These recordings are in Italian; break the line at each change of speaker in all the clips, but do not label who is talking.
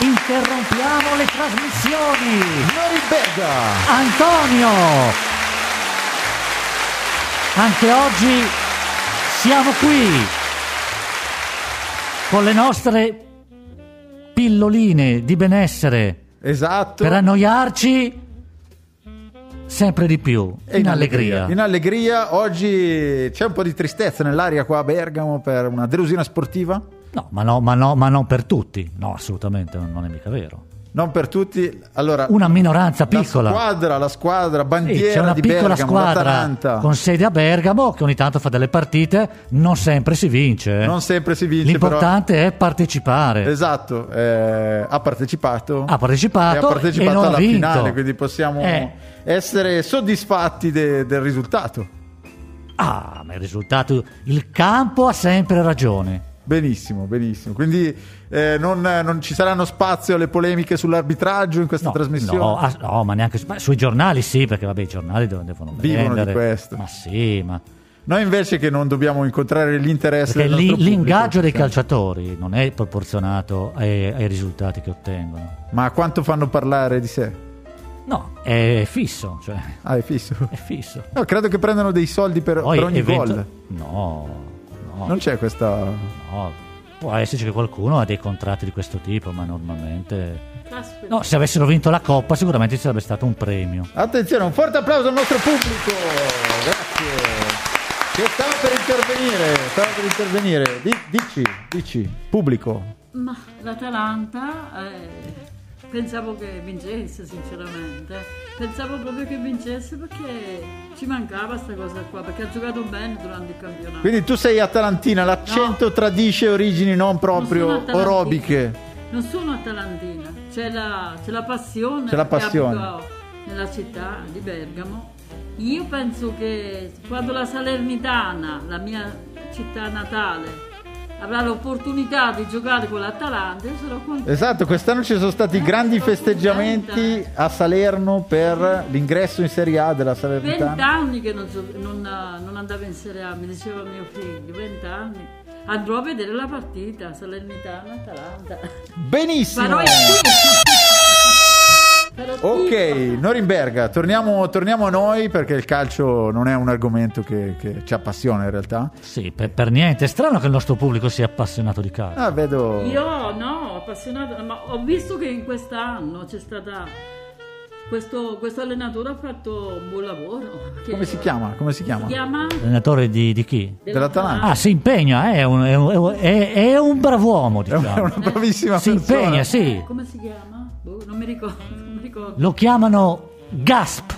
Interrompiamo le trasmissioni.
Norimberga!
Antonio! Anche oggi siamo qui con le nostre pilloline di benessere
Esatto.
per annoiarci sempre di più,
E
in allegria.
In allegria, oggi c'è un po' di tristezza nell'aria qua a Bergamo per una delusione sportiva.
No, ma no, ma no, ma non per tutti. No, assolutamente, non è mica vero.
Non per tutti. Allora,
Una minoranza piccola.
La squadra, la squadra,
Sì,
bandiera
c'è una
di
piccola
Bergamo, la
squadra
Taranta.
con sede a Bergamo che ogni tanto fa delle partite, non sempre si vince. eh.
Non sempre si vince,
L'importante è partecipare.
però. Esatto, eh, ha partecipato.
Ha partecipato
E ha partecipato
e non ha
alla
vinto.
finale, quindi possiamo
Eh.
essere soddisfatti de- del risultato.
Ah, ma il risultato, il campo ha sempre ragione.
Benissimo, benissimo. Quindi eh, non, eh, non ci saranno spazio alle polemiche sull'arbitraggio in questa
No,
trasmissione.
no, ah, no, ma neanche su- ma sui giornali sì, perché vabbè i giornali devono, devono
Vivono di
vendere.
questo.
Ma sì, ma
Noi invece che non dobbiamo incontrare l'interesse
perché
del
lì-
nostro pubblico,
l'ingaggio dei
diciamo.
calciatori non è proporzionato ai- ai risultati che ottengono.
Ma quanto fanno parlare di sé?
No, è fisso, cioè
Ah, è fisso.
è fisso.
No, credo che prendano dei soldi per,
Poi
per ogni
eventu-
gol.
No, no,
Non c'è questa...
no. Può esserci che qualcuno ha dei contratti di questo tipo, ma normalmente. No, se avessero vinto la coppa, sicuramente ci sarebbe stato un premio.
Attenzione, un forte applauso al nostro pubblico. Grazie. Che stava per intervenire, stava per intervenire. Di- dici, dici, pubblico.
Ma l'Atalanta, eh, pensavo che vincesse sinceramente, pensavo proprio che vincesse perché ci mancava sta cosa qua, perché ha giocato bene durante il campionato.
Quindi tu sei atalantina, l'accento tradisce origini non proprio
Non sono atalantina.
orobiche.
Non sono atalantina, c'è la, c'è la passione,
C'è la
che
passione.
abito nella città di Bergamo. Io penso che quando la Salernitana, la mia città natale, avrà l'opportunità di giocare con l'Atalanta, io sarò contenta.
Esatto, quest'anno ci sono stati grandi festeggiamenti a Salerno per l'ingresso in Serie A della Salernitana.
Vent'anni che non, so- non- non andavo in Serie A, mi diceva mio figlio, vent'anni. Andrò a vedere la partita, Salernitana-Atalanta.
Benissimo!
Farò il tifo. Farò il
Ok,
tifo.
Norimberga, torniamo, torniamo a noi perché il calcio non è un argomento che, che ci appassiona in realtà.
Sì, per, per niente. È strano che il nostro pubblico sia appassionato di calcio.
Ah, vedo...
Io no, appassionata, ma ho visto che in quest'anno c'è stata... Questo, questo allenatore ha fatto un buon lavoro. che-
Come si chiama? Come si chiama?
Si chiama?
Allenatore di, di chi?
Dell'Atalanta.
Ah, si impegna, eh, è un, è un- è un- è- è un brav'uomo,
È una- è
diciamo.
una bravissima
Si
persona.
impegna, Ah, sì.
Come si chiama? Boh, non mi ricordo. Non mi ricordo.
Lo chiamano Gasp.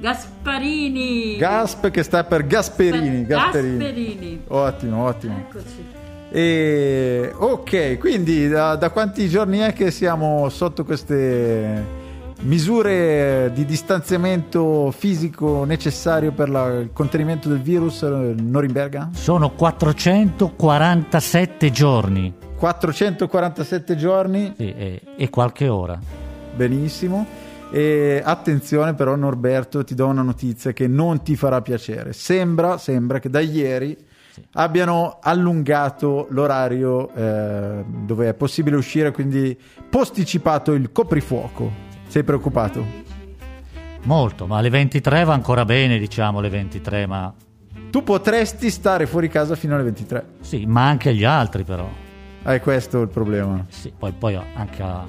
Gasparini.
Gasp che sta per Gasperini. Gasperini.
Gasperini.
Ottimo, ottimo.
Eccoci.
E, ok, quindi da, da quanti giorni è che siamo sotto queste misure di distanziamento fisico necessario per la- il contenimento del virus eh, Norimberga?
Sono 447 giorni
447 giorni,
sì, e, e qualche ora.
benissimo. E attenzione però Norberto, ti do una notizia che non ti farà piacere. Sembra, sembra che da ieri abbiano allungato l'orario eh, dove è possibile uscire, quindi posticipato il coprifuoco. Sei preoccupato?
Molto, ma alle 23 va ancora bene, diciamo, le 23, ma
Tu potresti stare fuori casa fino alle 23.
sì, ma anche agli altri però.
Ah, è questo il problema.
Sì, poi, poi anche a-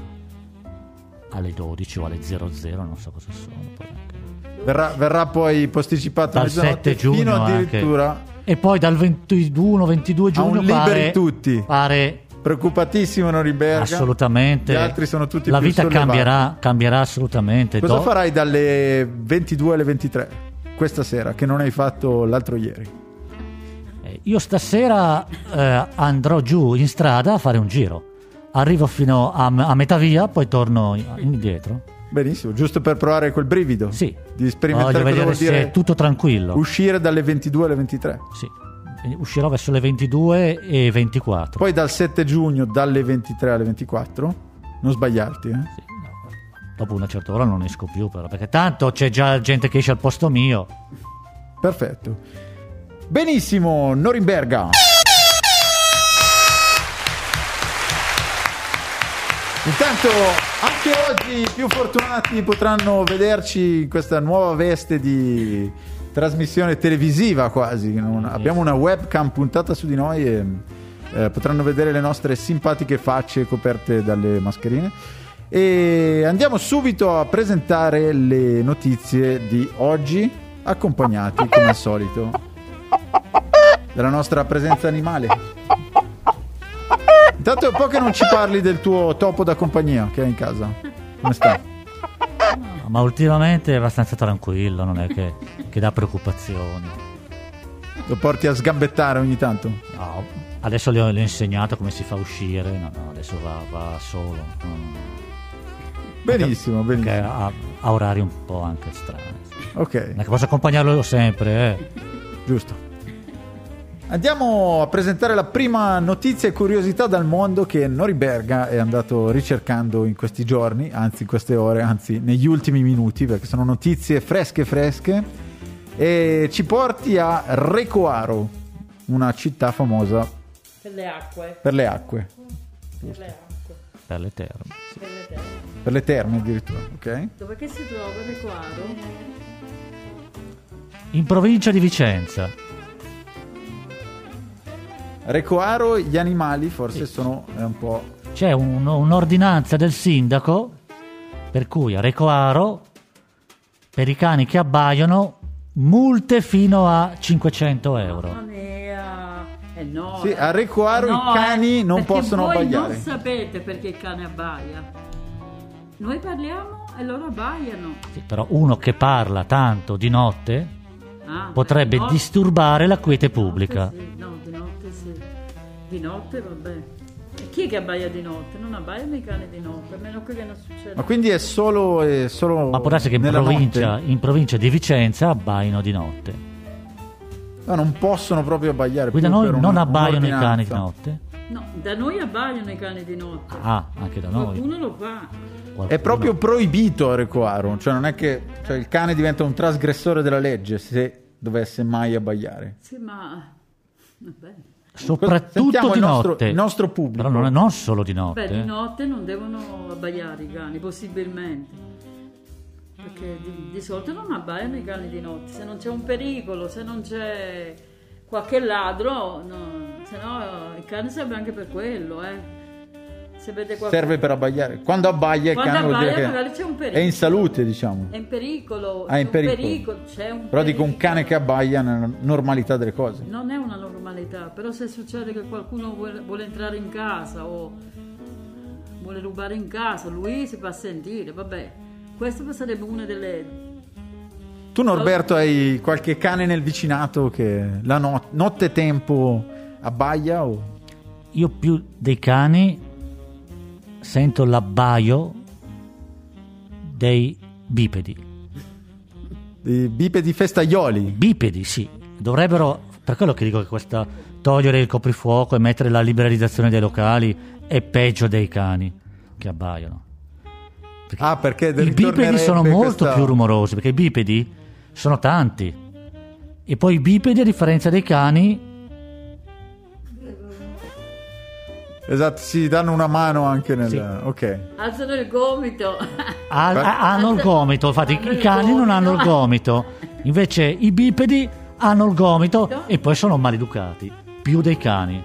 alle 12 o alle 00, non so cosa sono. poi anche-
Verrà, verrà poi posticipato a
Dal
mezzanotte
7 giugno
fino
anche.
addirittura
E poi dal 21-22
a
giugno
un liberi
pare,
tutti.
pare
Preoccupatissimo Norimberga.
assolutamente
Gli altri sono tutti
la
più
vita
sollevati.
cambierà, cambierà assolutamente.
Cosa
Do-
farai dalle 22 alle 23 questa sera che non hai fatto l'altro ieri?
Eh, Io stasera eh, andrò giù in strada a fare un giro. Arrivo fino a, a metà via, poi torno in- indietro.
Benissimo, giusto per provare quel brivido.
Sì.
Di
Voglio
sperimentare cosa
vedere
vuol
se è
dire
tutto tranquillo.
uscire dalle 22 alle 23.
Sì. Eh, Uscirò verso le 22 e 24.
Poi dal 7 giugno dalle 23 alle 24. Non sbagliarti, eh.
Sì, no, Dopo una certa ora non esco più, però, perché tanto c'è già gente che esce al posto mio.
Perfetto. Benissimo, Norimberga. Intanto anche oggi i più fortunati potranno vederci in questa nuova veste di trasmissione televisiva quasi. Non- abbiamo una webcam puntata su di noi e eh, potranno vedere le nostre simpatiche facce coperte dalle mascherine. E andiamo subito a presentare le notizie di oggi, accompagnati come al solito dalla nostra presenza animale. Intanto è un po' che non ci parli del tuo topo da compagnia che hai in casa. Come sta?
Ma ultimamente è abbastanza tranquillo, non è che, che dà preoccupazioni.
Lo porti a sgambettare ogni tanto?
No, adesso le ho, le ho insegnato come si fa a uscire, no, no, adesso va, va solo. no, no, no.
Benissimo,
Perché
benissimo.
ha, ha orari un po' anche strani.
Ok,
Non è che posso accompagnarlo io sempre, eh.
giusto. Andiamo a presentare la prima notizia e curiosità dal mondo che Nori Berga è andato ricercando in questi giorni, anzi in queste ore, anzi negli ultimi minuti, perché sono notizie fresche fresche. E ci porti a Recoaro, una città famosa
Per le acque.
per le acque,
Per le acque.
Per le terme.
Per le terre.
per le terme addirittura, ok?
Dove che si trova Pecuaro?
In provincia di Vicenza.
Recoaro gli animali forse sono eh, un po'...
C'è un- un'ordinanza del sindaco per cui a Recoaro per i cani che abbaiono multe fino a 500 euro.
Manea. Ah, Eh no.
Sì,
eh.
a Recoaro
Eh no,
i cani
eh,
non
perché
possono
voi
abbaiare.
non sapete perché il cane abbaia. Noi parliamo e loro abbaiano.
Sì, però uno che parla tanto di notte
Ah,
potrebbe
di notte-
disturbare la quiete
Di
pubblica.
notte sì, no, di notte sì. Di notte vabbè. E chi è che abbaia di notte? Non abbaiano i cani di notte, a meno che non succeda.
Ma quindi è solo... È solo
Ma può darsi che in
nella
provincia,
notte?
in provincia di Vicenza abbaino di notte.
No, non possono proprio abbaiare.
Qui da
più
noi
per un-
non abbaiono i cani di
un'ordinanza.
notte.
No, da noi abbaiano i cani di notte.
Ah, anche da noi.
Qualcuno lo fa.
È
Qualcuno-
proprio proibito a Recoaro, cioè non è che cioè, il cane diventa un trasgressore della legge se dovesse mai abbaiare.
Sì, ma vabbè.
soprattutto
Sentiamo
di
il nostro-
notte.
il nostro pubblico.
Però non, non solo di notte. eh.
Beh, di notte non devono abbaiare i cani, possibilmente. Perché di, di solito non abbaiano i cani di notte, se non c'è un pericolo, se non c'è qualche ladro, no, se no il cane serve anche per quello, eh. Se vede qualche...
Serve per abbaiare. Quando abbaia il
Quando
cane vuol dire
abbaia
che
magari c'è un pericolo.
è in salute, diciamo.
È in pericolo,
Ah,
c'è
in
un
pericolo.
c'è un
Però dico un
pericolo.
cane che abbaia nella normalità delle cose.
Non è una normalità, però se succede che qualcuno vuole, vuole entrare in casa o vuole rubare in casa, lui si fa sentire, vabbè. Questa sarebbe una delle...
Tu Norberto hai qualche cane nel vicinato che la no- notte tempo abbaia o...
Io più dei cani sento l'abbaio dei bipedi.
I bipedi festaioli.
Bipedi, sì. Dovrebbero, per quello che dico che questa togliere il coprifuoco e mettere la liberalizzazione dei locali è peggio dei cani che abbaiano. Perché
Ah, perché
I bipedi sono
ritornerebbe
molto
questa-
più rumorosi, perché i bipedi sono tanti. E poi i bipedi, a differenza dei cani,
Esatto, si danno una mano anche nel... Ok.
Alzano il gomito!
ha-
Beh.
ha- hanno il gomito. Infatti,
Hanno
i
il
cani non hanno il
gomito.
gomito. Invece i bipedi hanno il gomito e poi sono maleducati. Più dei cani.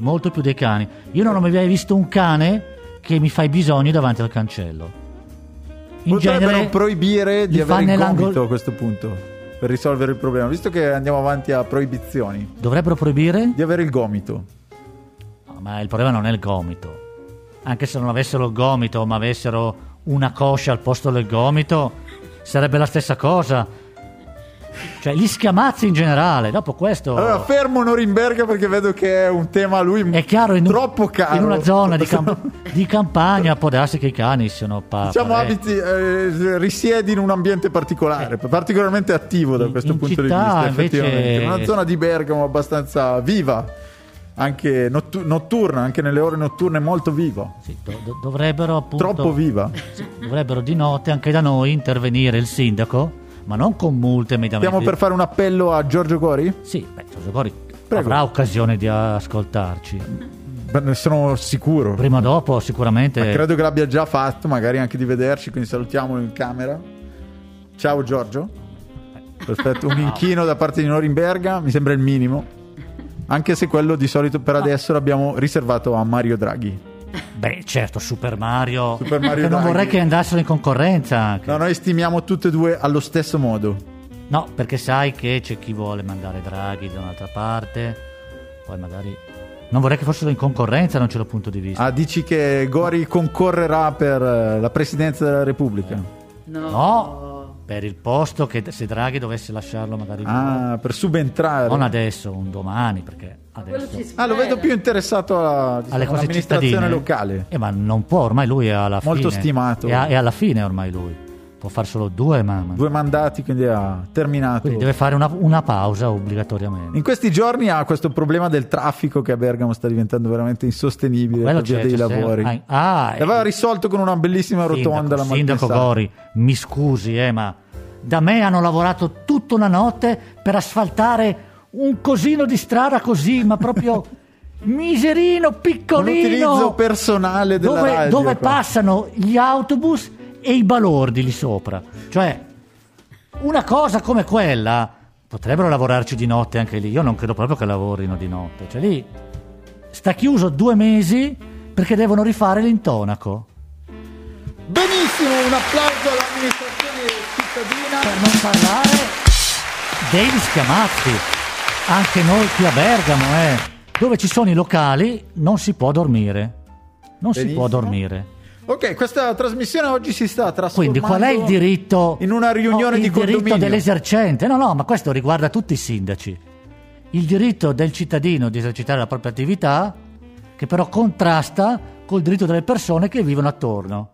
Molto più dei cani. Io non ho mai visto un cane che mi fa i bisogni davanti al cancello. In
Potrebbero
genere,
proibire di
li fa
avere il
nell'angol-
gomito a questo punto, per risolvere il problema, visto che andiamo avanti a proibizioni,
dovrebbero proibire?
di avere il gomito.
No, Ma il problema non è il gomito. Anche se non avessero il gomito, ma avessero una coscia al posto del gomito, sarebbe la stessa cosa. Cioè, gli schiamazzi in generale, dopo questo
Allora, fermo Norimberga perché vedo che è un tema a lui
è chiaro in, un-
troppo caro.
in una zona di, cam- di campagna può darsi che i cani siano pa-
Diciamo
pare-
abiti, eh, risiedi in un ambiente particolare, particolarmente attivo da
In-
questo
in
punto di
città,
vista,
invece- eh,
effettivamente. Una zona di Bergamo abbastanza viva, anche nottu- notturna, anche nelle ore notturne molto viva,
Sì, do- do- dovrebbero appunto
troppo viva.
sì, dovrebbero di notte anche da noi intervenire il sindaco, ma non con multe mediamente.
Stiamo per fare un appello a Giorgio Gori?
Sì, beh, Giorgio Gori
Prego.
avrà occasione di ascoltarci.
Beh, ne sono sicuro.
Prima o dopo sicuramente...
Ma credo che l'abbia già fatto, magari anche di vederci, quindi salutiamolo in camera. Ciao Giorgio. Perfetto, un inchino da parte di Norimberga, mi sembra il minimo. Anche se quello di solito per adesso l'abbiamo riservato a Mario Draghi.
Beh, certo, Super Mario.
Super Mario
Perché non
Draghi.
vorrei che andassero in concorrenza. anche.
No, noi stimiamo tutte e due allo stesso modo.
No, perché sai che c'è chi vuole mandare Draghi da un'altra parte, poi magari... Non vorrei che fossero in concorrenza, non c'è lo punto di vista.
Ah, dici che Gori concorrerà per eh, la presidenza della Repubblica.
Eh.
Ah.
No.
No, per il posto che se Draghi dovesse lasciarlo magari...
Ah, per subentrare.
Non adesso, un domani, perché
Quello ci
adesso...
Ah, lo vedo
spera.
più interessato alla,
Alle
diciamo,
cose
all'amministrazione
cittadine.
locale.
Eh, ma non può, ormai lui è alla fine.
Molto stimato.
È, a- è alla fine ormai lui. Può far solo due, ma... ma-
Due mandati, quindi ha terminato.
Quindi deve fare una, una pausa obbligatoriamente.
In questi giorni ha questo problema del traffico che a Bergamo sta diventando veramente insostenibile per via
c'è-
dei
c'è sempre.
lavori.
Ah, ah,
L'aveva
eh,
risolto con una bellissima rotonda
sindaco,
la mattina.
Sindaco Gori, mi scusi, eh, ma da me hanno lavorato tutta una notte per asfaltare un cosino di strada così, ma proprio miserino,
Un
piccolino.
utilizzo personale della
dove,
radio.
dove
qua.
passano gli autobus e i balordi lì sopra. Cioè, una cosa come quella potrebbero lavorarci di notte anche lì. Io non credo proprio che lavorino di notte. Cioè, lì sta chiuso due mesi perché devono rifare l'intonaco.
Benissimo, un applauso all'amministrazione cittadina.
Per non parlare degli scamazzi, anche noi qui a Bergamo, eh, dove ci sono i locali, non si può dormire. Non si
Benissimo.
può dormire.
Ok, questa trasmissione oggi si sta
Quindi
trasformando
qual è il diritto
in una
no,
riunione di
il diritto
condominio.
dell'esercente? No, no, ma questo riguarda tutti i sindaci. Il diritto del cittadino di esercitare la propria attività che però contrasta col diritto delle persone che vivono attorno.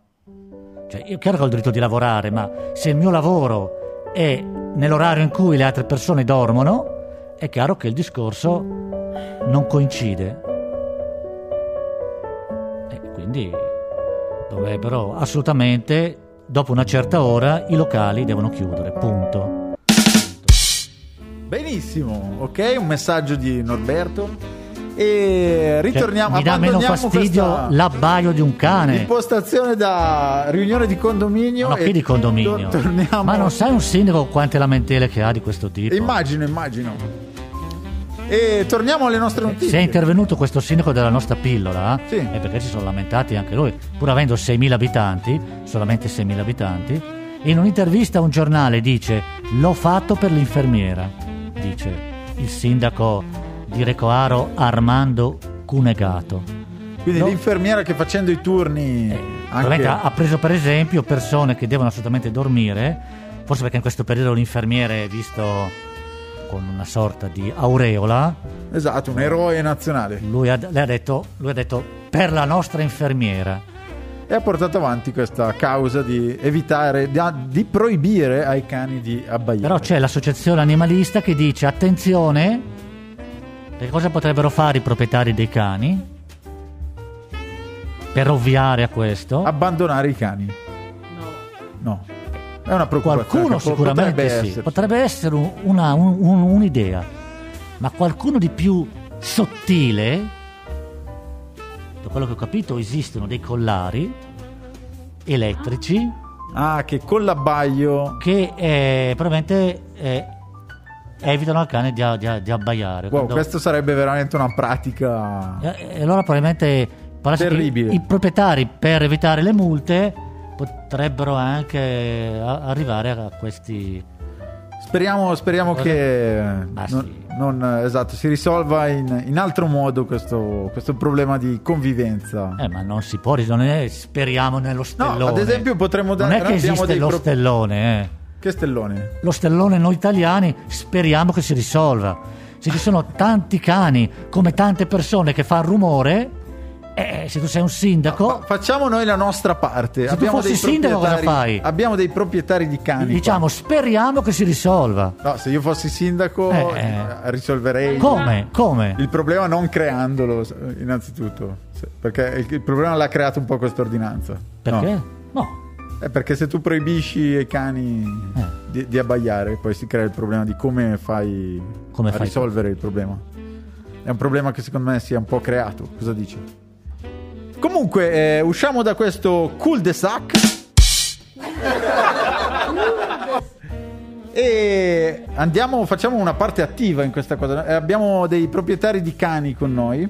Cioè, io chiaro che ho il diritto di lavorare, ma se il mio lavoro è nell'orario in cui le altre persone dormono, è chiaro che il discorso non coincide. E Eh, quindi dovrebbero assolutamente, dopo una certa ora, i locali devono chiudere, punto.
Benissimo, ok, un messaggio di Norberto. E
Cioè,
ritorniamo
mi dà meno
abbandoniamo
fastidio
questa-
l'abbaio di un cane.
Impostazione da riunione di condominio.
Ma
e
che di condominio?
tor- Torniamo.
Ma non sai un sindaco quante lamentele che ha di questo tipo?
Immagino, immagino. E torniamo alle nostre notizie.
Se è intervenuto questo sindaco della nostra pillola,
Sì.
è perché si sono lamentati anche lui, pur avendo 6.000 abitanti, solamente 6.000 abitanti, in un'intervista a un giornale dice l'ho fatto per l'infermiera, dice il sindaco di Recoaro Armando Cunegato.
Quindi
No.
l'infermiera che facendo i turni
Probabilmente
anche
ha ha preso per esempio persone che devono assolutamente dormire, forse perché in questo periodo l'infermiere è visto con una sorta di aureola,
Esatto, un eroe nazionale.
lui ha, le ha detto, lui ha detto per la nostra infermiera.
E ha portato avanti questa causa di evitare da- di proibire ai cani di abbaiare.
Però c'è l'associazione animalista che dice attenzione, che cosa potrebbero fare i proprietari dei cani per ovviare a questo?
Ah, abbandonare i cani.
No.
No. È una preoccupazione.
Qualcuno
che po-
sicuramente
potrebbe
sì,
esserci.
potrebbe essere un- una- un- un- un'idea, ma qualcuno di più sottile, da quello che ho capito esistono dei collari elettrici
Ah, che con l'abbaio
che eh, probabilmente eh, evitano al cane di, a- di a- di abbaiare.
Wow,
Quando-
questa sarebbe veramente una pratica.
Eh, E allora probabilmente pare che
Terribile.
i proprietari per evitare le multe potrebbero anche a- arrivare a questi...
Speriamo, speriamo
Cosa?
che
Ah,
non,
sì.
non- esatto, si risolva in, in altro modo questo, questo problema di convivenza.
Eh, ma non si può, ris- non è speriamo nello stellone.
ad esempio potremmo dare-
Non è che
abbiamo
esiste
dei
lo
pro-
stellone, eh.
Che stellone.
Lo stellone noi italiani speriamo che si risolva. Se ci sono tanti cani come tante persone che fanno rumore, eh, se tu sei un sindaco...
Fa- facciamo noi la nostra parte.
Se tu
abbiamo dei
fossi sindaco cosa
proprietari,
fai?
Abbiamo dei proprietari di cani. qua.
Diciamo, speriamo che si risolva.
No, se io fossi sindaco
Eh,
eh, risolverei
Come? Come?
il problema non creandolo eh, innanzitutto, Se- perché il, il problema l'ha creato un po' questa ordinanza.
Perché?
No.
no.
Eh, perché se tu proibisci ai cani
Eh.
di, di abbaiare, poi si crea il problema di come fai
Come
a
fai?
risolvere il problema. È un problema che secondo me si è un po' creato. Cosa dici? Comunque, eh, usciamo da questo cul de sac. E andiamo, facciamo una parte attiva in questa cosa. Eh, Abbiamo dei proprietari di cani con noi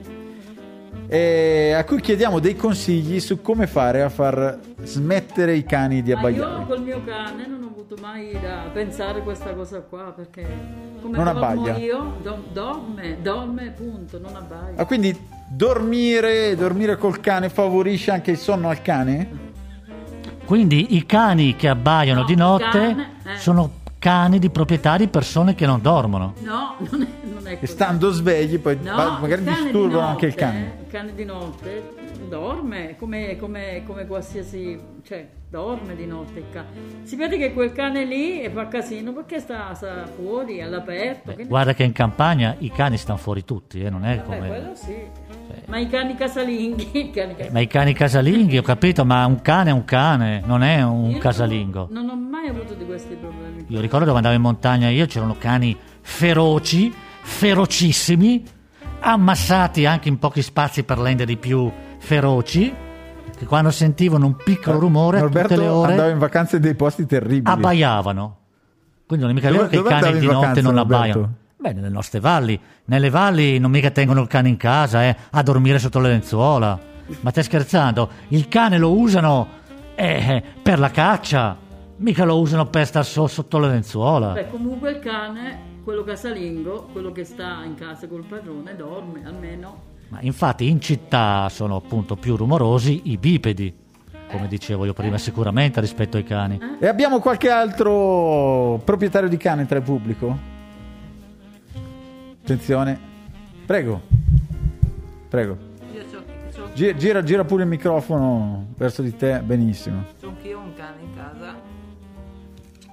eh, a cui chiediamo dei consigli su come fare a far smettere i cani di
Ma io
abbaiare.
col mio cane non ho avuto mai da pensare questa cosa qua perché come
Non
dormo
abbaia.
io do- dorme, dorme punto, non abbaia.
Ah, quindi dormire, dormire col cane favorisce anche il sonno al cane?
Quindi i cani che abbaiano
No,
di notte
cane, eh.
sono cani di proprietà di persone che non dormono.
No, non è, non è
E
così.
stando svegli poi
No,
ma- magari
il cane di
disturbano
notte, eh,
anche il cane.
Il cane di notte dorme come, come- come qualsiasi, cioè dorme di notte il cane. Si vede che quel cane lì e fa casino perché sta, sta fuori all'aperto. che ne-
Guarda che in campagna i cani stanno fuori tutti, eh, non è
Vabbè,
come... cioè
quello sì. Ma i cani casalinghi, i cani casalinghi.
Eh, Ma i cani casalinghi, ho capito, ma un cane è un cane, non è un
Io
casalingo.
Non, non ho mai avuto di questi problemi.
Io ricordo dove andavo in montagna io, c'erano cani feroci, ferocissimi, ammassati anche in pochi spazi per rendere di più feroci, che quando sentivano un piccolo rumore a
Eh, Norberto
tutte le
andava
ore Ah,
in vacanza in dei posti terribili.
abbaiavano. Quindi non è mica
Dove-
vero che i
dove
cani
andavi
di
in
notte
vacanza,
non
Norberto?
abbaiano. Beh, nelle nostre valli. Nelle valli non mica tengono il cane in casa, eh, a dormire sotto le lenzuola. Ma stai scherzando? Il cane lo usano eh, per la caccia, mica lo usano per star so- sotto le lenzuola.
Beh, comunque il cane, quello casalingo, quello che sta in casa col padrone, dorme almeno.
Ma infatti in città sono appunto più rumorosi i bipedi, come dicevo io prima, sicuramente rispetto ai cani.
E abbiamo qualche altro proprietario di cane tra il pubblico? Attenzione. Prego. Prego.
Io so che so,
Gi- Gira, gira pure il microfono verso di te, benissimo.
so anch'io ho un cane in casa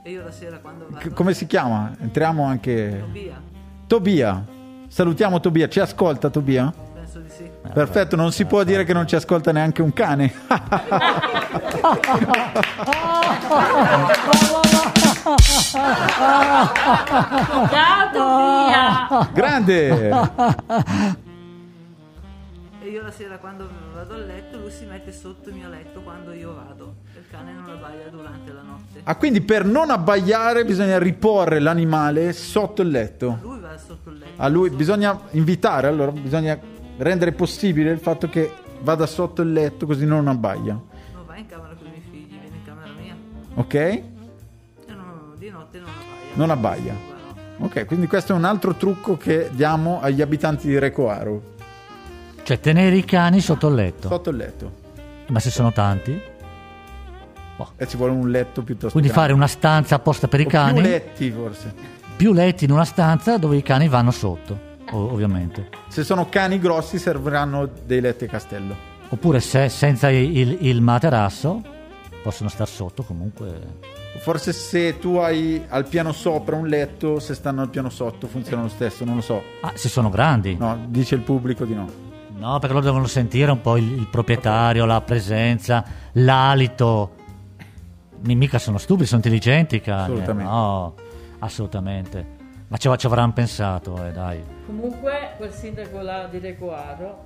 e io la sera quando vado
C- come si chiama? Entriamo anche...
via,
Tobia. Salutiamo Tobia. Ci ascolta Tobia?
penso di sì.
Perfetto, non si può dire che non ci ascolta neanche un cane. Ah,
Dato
Oh,
via!
Grande! Ah,
E io la sera quando vado a letto lui si mette sotto il mio letto quando io vado. Il cane non abbaia durante la notte.
Ah, quindi per non abbaiare bisogna riporre l'animale sotto il letto.
Lui va sotto il letto.
a lui bisogna invitare allora bisogna rendere possibile il fatto che vada sotto il letto così non abbaia
Non va in camera con i miei figli, viene in camera mia.
ok
E non- di notte non abbaia.
Non abbaia.
No.
ok quindi questo è un altro trucco che diamo agli abitanti di Recoaro
Cioè tenere i cani sotto il letto.
sotto il letto
Ma se sono tanti?
e ci vuole un letto piuttosto
Quindi
grande.
fare una stanza apposta per i
O
cani,
più letti forse
più letti in una stanza dove i cani vanno sotto, o- ovviamente.
se sono cani grossi serviranno dei letti a castello
Oppure se senza il, il- il materasso possono star sotto comunque.
forse se tu hai al piano sopra un letto se stanno al piano sotto funziona lo stesso non lo so
Ah, se sono grandi. No,
no dice il pubblico di no
perché loro devono sentire un po' il, il proprietario, la presenza, l'alito. Mi- mica sono stupidi, sono intelligenti i cani. eh,
Assolutamente.
No, assolutamente. Ma ci, av- ci avranno pensato, eh, dai.
Comunque quel sindaco là di Recuaro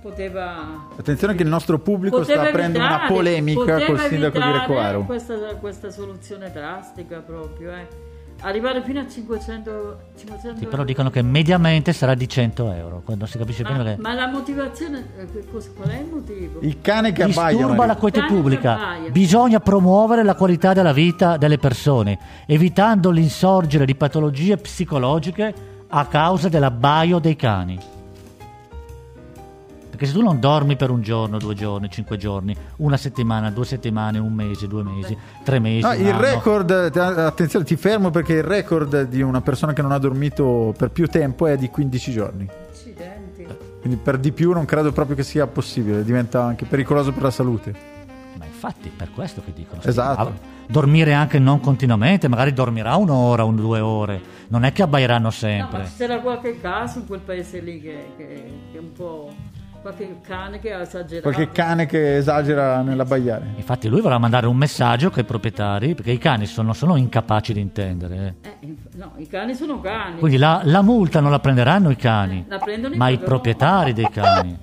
poteva
Attenzione che il nostro pubblico sta aprendo una polemica
poteva
col sindaco di
evitare
Recoaro.
Questa, questa soluzione drastica proprio, eh. Arrivare fino a 500, 500
Sì, però dicono che mediamente sarà di 100 euro. quando Non si capisce bene
ma,
perché.
ma la motivazione, eh, che cos- qual è il motivo?
Il cane che abbaia.
Disturba la
Maria.
quiete
Tanto
pubblica.
abbaia.
Bisogna promuovere la qualità della vita delle persone, evitando l'insorgere di patologie psicologiche a causa dell'abbaio dei cani. Perché se tu non dormi per un giorno, due giorni, cinque giorni, una settimana, due settimane, un mese, due mesi, tre mesi,
No,
un
il
anno,
record, te- attenzione, ti fermo perché il record di una persona che non ha dormito per più tempo è di 15 giorni.
Accidenti.
Eh,
Quindi per di più non credo proprio che sia possibile, diventa anche pericoloso per la salute.
Ma infatti, per questo che dicono.
Esatto.
Ah, Dormire anche non continuamente, magari dormirà un'ora, un, due ore. Non è che abbaieranno
No, ma
sempre.
c'era qualche caso in quel paese lì che, che- che un po' Qualche cane che ha esagerato.
Qualche cane che esagera nell'abbaiare.
Infatti lui vorrà mandare un messaggio che i proprietari, perché i cani sono, sono incapaci di intendere. eh.
Eh, inf- no, i cani sono cani.
Quindi la, la multa non la prenderanno i cani,
La prendono i
ma i
padroni.
proprietari dei cani.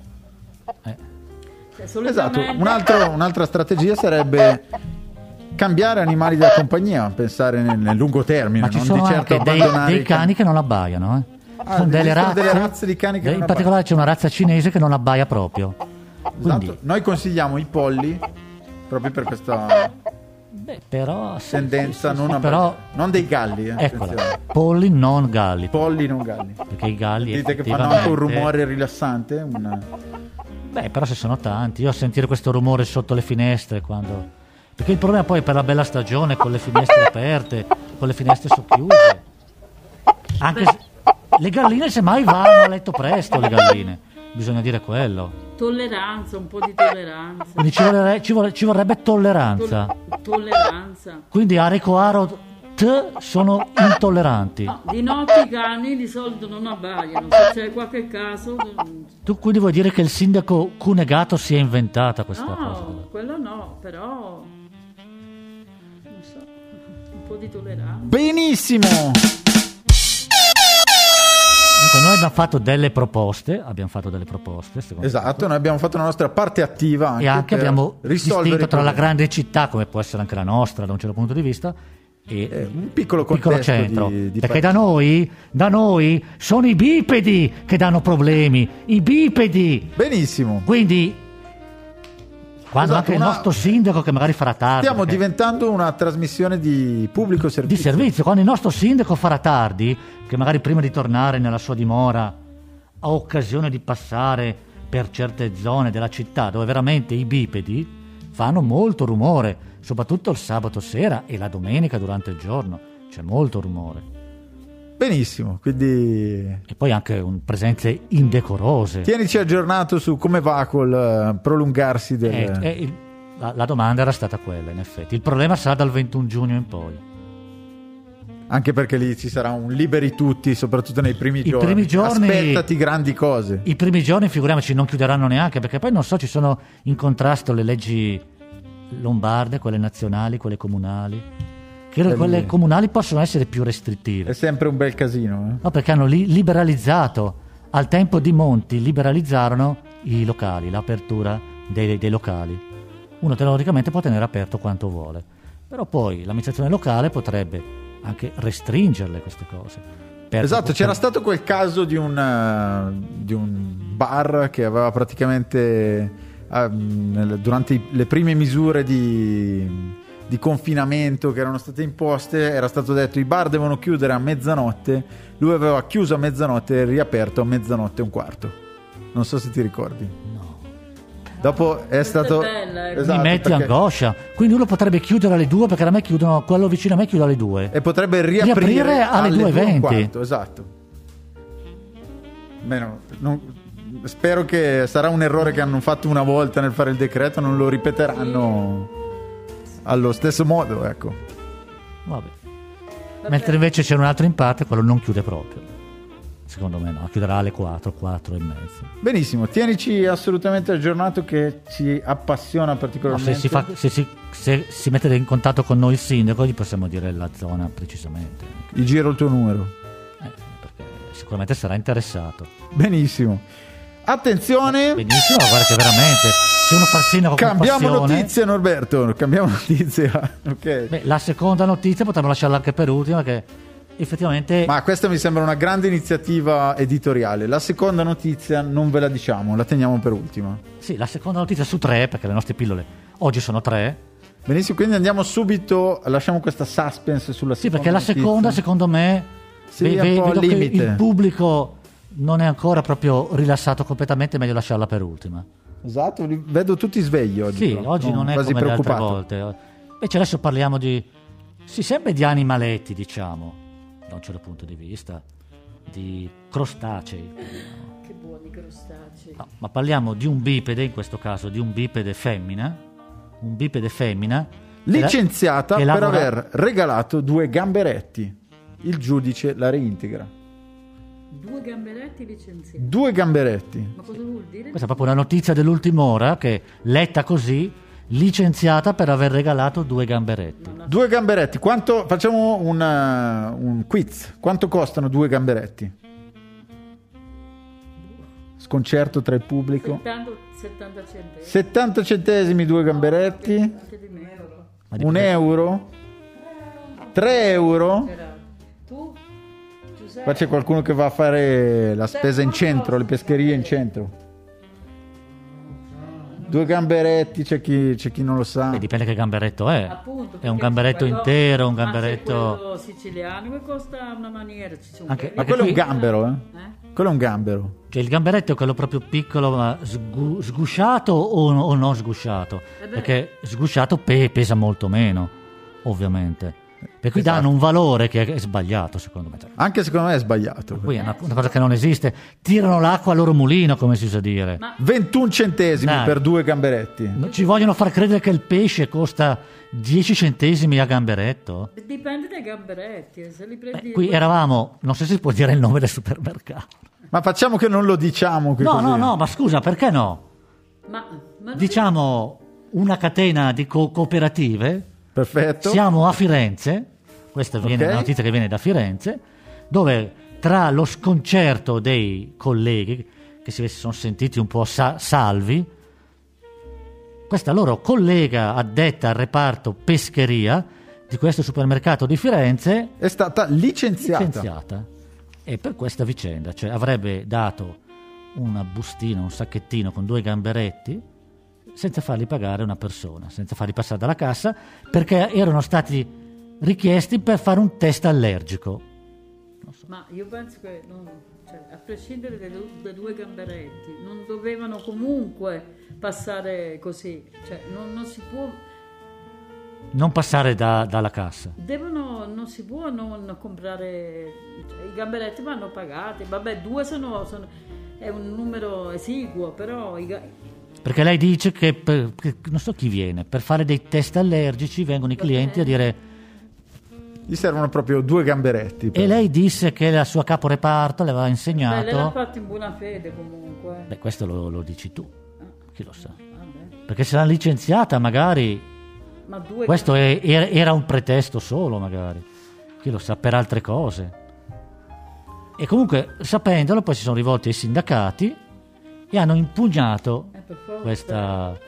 Cioè,
Esatto,
solitamente-
un altro- un'altra strategia sarebbe cambiare animali da compagnia, pensare nel, nel lungo termine,
Ma ci
non
sono
di certo
anche dei,
abbandonare
dei
i
cani che non abbaiano. eh.
Ah,
sono delle
esistono
razze,
delle razze di cani che
in
non
particolare c'è una razza cinese che non abbaia proprio.
Esatto,
Quindi,
Noi consigliamo i polli proprio per questa
beh, però, sì,
tendenza
sì, sì,
non
sì,
a
però
non dei galli, eh,
eccola,
attenzione.
polli non galli,
polli non galli.
perché i galli
Dite che fanno anche un
effettivamente-
rumore rilassante, un-
Beh, però se sono tanti, io a sentire questo rumore sotto le finestre quando... Perché il problema poi è per la bella stagione con le finestre aperte, con le finestre socchiuse. Anche se... Le galline semmai vanno a letto presto, le galline. Bisogna dire quello.
Tolleranza, un po' di tolleranza.
Quindi ci, vorre- ci vorre- ci vorrebbe tolleranza.
Tol- tolleranza.
Quindi a Recoaro T sono intolleranti.
No, di notte i cani di solito non abbaiano, se c'è qualche caso... eh, No,
Tu quindi vuoi dire che il sindaco Cunegato si è inventata questa cosa?
quello no, però... Non so, un po' di tolleranza.
Benissimo!
Dunque, noi abbiamo fatto delle proposte, abbiamo fatto delle proposte, secondo me.
Esatto, noi abbiamo fatto la nostra parte attiva anche
e anche
per
abbiamo
risolvere
distinto
i
tra la
problemi.
grande città, come può essere anche la nostra da un certo punto di vista, e
Eh, un piccolo
il piccolo
contesto di-
centro.
di
Perché
paese.
da noi, da noi sono i bipedi che danno problemi, i bipedi.
Benissimo.
Quindi, quando
Esatto,
anche
una-
il nostro sindaco che magari farà tardi,
Stiamo
Ah, perché-
diventando una trasmissione di pubblico
di
servizio.
servizio, quando il nostro sindaco farà tardi, che magari prima di tornare nella sua dimora ha occasione di passare per certe zone della città dove veramente i bipedi fanno molto rumore, soprattutto il sabato sera e la domenica durante il giorno, c'è molto rumore.
Benissimo, quindi
E poi anche un- presenze indecorose.
tienici aggiornato su come va col eh, prolungarsi del...
Eh, eh, il- la, la domanda era stata quella, in effetti. Il problema sarà dal 21 giugno in poi.
Anche perché lì ci sarà un liberi tutti, soprattutto nei primi
I
giorni.
primi giorni-
Aspettati grandi cose.
I primi giorni, figuriamoci, non chiuderanno neanche perché poi non so, ci sono in contrasto le leggi lombarde, quelle nazionali, quelle comunali. Credo
Eh,
che quelle
lì.
comunali possono essere più
È
restrittive.
sempre un bel casino. eh.
No, perché hanno li- liberalizzato. Al tempo di Monti liberalizzarono i locali, l'apertura dei, dei locali. Uno teoricamente può tenere aperto quanto vuole, però poi l'amministrazione locale potrebbe anche restringerle queste cose. Per-
Esatto,
per-
c'era stato quel caso di un, eh, di un bar che aveva praticamente, eh, nel- durante i- le prime misure di, di confinamento che erano state imposte, era stato detto i bar devono chiudere a mezzanotte, lui aveva chiuso a mezzanotte e riaperto a mezzanotte e un quarto. Non so se ti ricordi.
No.
Dopo è stato... Esatto,
bella, eh. Mi
mi metti
perché-
angoscia. Quindi uno potrebbe chiudere alle 2 perché da me chiudono, quello vicino a me chiude alle 2.
E potrebbe riaprire,
Riaprire alle 2.20.
2.15, Esatto. Meno, non- spero che sarà un errore che hanno fatto una volta nel fare il decreto, non lo ripeteranno allo stesso modo, ecco.
Vabbè. Mentre invece c'è un altro impatto e quello non chiude proprio. Secondo me no, chiuderà alle 4, 4 e mezzo.
Benissimo, tienici assolutamente aggiornato che ci appassiona
No,
particolarmente.
se, si fa- se si- se si mette in contatto con noi il sindaco gli possiamo dire la zona precisamente.
Gli giro il tuo numero.
Eh, perché sicuramente sarà interessato.
Benissimo. Attenzione,
Benissimo, guarda che veramente se uno fa il sindaco con
cambiamo
passione-
notizia Norberto, cambiamo notizia. ok.
Beh, la seconda notizia potremmo lasciarla anche per ultima che effettivamente
Ma questa mi sembra una grande iniziativa editoriale. La seconda notizia non ve la diciamo, la teniamo per ultima.
Sì, la seconda notizia su tre, perché le nostre pillole oggi sono tre.
Benissimo, quindi andiamo subito, lasciamo questa suspense sulla
Sì,
seconda
perché la seconda,
notizia.
secondo me,
Sì, è un po' al
vedo che
limite.
il pubblico non è ancora proprio rilassato completamente, è meglio lasciarla per ultima.
Esatto, li- vedo tutti svegli oggi.
Sì,
però.
oggi
Sono
non è
quasi
come le altre
preoccupato.
volte. Invece adesso parliamo di... Sì, sempre di animaletti, diciamo, da un certo punto di vista, di crostacei.
Che buoni crostacei.
No, ma parliamo di un bipede, in questo caso, di un bipede femmina. Un bipede femmina. che la-
Licenziata
che
per
lavora-
aver regalato due gamberetti. Il giudice la reintegra.
Due gamberetti licenziati.
Due gamberetti.
Ma cosa vuol dire?
Questa è proprio una notizia dell'ultima ora che, letta così, licenziata per aver regalato due gamberetti.
Due gamberetti. Quanto, facciamo una- un quiz. Quanto costano due gamberetti? Sconcerto tra il pubblico.
70, 70 centesimi.
70 centesimi due gamberetti.
Anche di meno.
Ma
Un
dipende-
euro. 3 euro.
Era- Tu, Giuseppe,
Qua c'è qualcuno che va a fare la spesa in centro, le pescherie in centro. Due gamberetti, c'è chi, c'è chi non lo sa.
eh, dipende che gamberetto è.
appunto.
è un
perché
gamberetto
quello-
intero, un
ma c'è
gamberetto...
quello siciliano che costa una maniera. ci sono
Anche-
quelli-
Ma quello è un
qui-
gambero, eh?
Eh?
Quello è un gambero.
Cioè il gamberetto è quello proprio piccolo, ma sgu- sgusciato o, no- o non sgusciato?
Eh beh.
Perché sgusciato pe- pesa molto meno, ovviamente. Per cui
Esatto.
danno un valore che è- è sbagliato, secondo me. Cioè,
Anche secondo me è sbagliato.
Qui è una, una cosa che non esiste. Tirano l'acqua al loro mulino, come si usa dire.
Ma
21 centesimi
Dai.
per due gamberetti.
Non Ci vogliono far credere che il pesce costa 10 centesimi a gamberetto?
dipende dai gamberetti. eh, Se li prendi.
Beh, qui eravamo, non so se si può dire il nome del supermercato.
Ma facciamo che non lo diciamo qui
No,
così.
no, no, ma scusa, perché no?
Ma, ma non-
Diciamo una catena di co- cooperative.
Perfetto.
Siamo a Firenze, questa viene,
Ok.
è una notizia che viene da Firenze, dove tra lo sconcerto dei colleghi, che si sono sentiti un po' sa- salvi, questa loro collega addetta al reparto pescheria di questo supermercato di Firenze
È stata licenziata.
licenziata. E per questa vicenda, cioè avrebbe dato una bustina, un sacchettino con due gamberetti senza farli pagare una persona, senza farli passare dalla cassa, perché erano stati richiesti per fare un test allergico.
Ma io penso che, non- cioè, a prescindere dai du- dai due gamberetti, non dovevano comunque passare così. Cioè, non, non si può,
Non passare da- dalla cassa.
devono, non si può non comprare. cioè, I gamberetti vanno pagati. Vabbè, due sono, sono- è un numero esiguo, però i ga-
Perché lei dice che, per- che- non so chi viene, per fare dei test allergici vengono i clienti a dire...
Gli servono proprio due gamberetti. però.
E lei disse che la sua caporeparto le aveva
beh, lei l'ha
insegnato...
fatto in buona fede comunque.
Beh, questo lo- lo dici tu, chi lo sa.
Vabbè.
Perché se l'ha licenziata, magari.
Ma due
Questo è- era era un pretesto solo, magari. Chi lo sa, per altre cose. E comunque, sapendolo, poi si sono rivolti ai sindacati e hanno impugnato
Eh, per forza.
questa.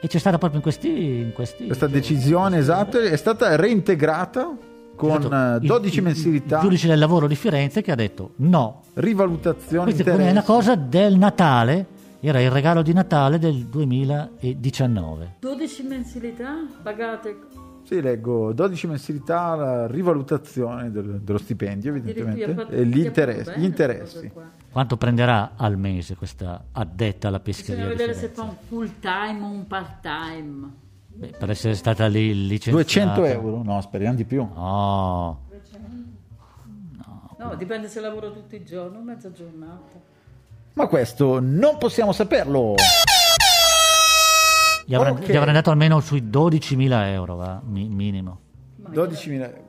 E c'è stata proprio in questi. In questi
Questa decisione, esatto, è stata reintegrata con eh,
Esatto, il-
12
il-
mensilità,
Il giudice del lavoro di Firenze che ha detto no.
rivalutazione
Questa è una
interessi.
cosa del Natale. Era il regalo di Natale del 2019.
12 mensilità pagate
Sì, leggo 12 mensilità, la rivalutazione del- dello stipendio, evidentemente, e gli interessi. Gli interessi.
Quanto prenderà al mese questa addetta alla pescheria?
Bisogna
di
vedere se
Firenze?
fa un full time o un part time.
Beh, per essere stata lì licenziata.
200
Esatto.
euro? No, speriamo di più.
No,
No, dipende se lavoro tutti i giorni, o mezza giornata.
Ma questo non possiamo saperlo.
gli avrà,
Ok.
gli avrà dato almeno sui 12.000 euro, va, mi- minimo.
12.000 euro.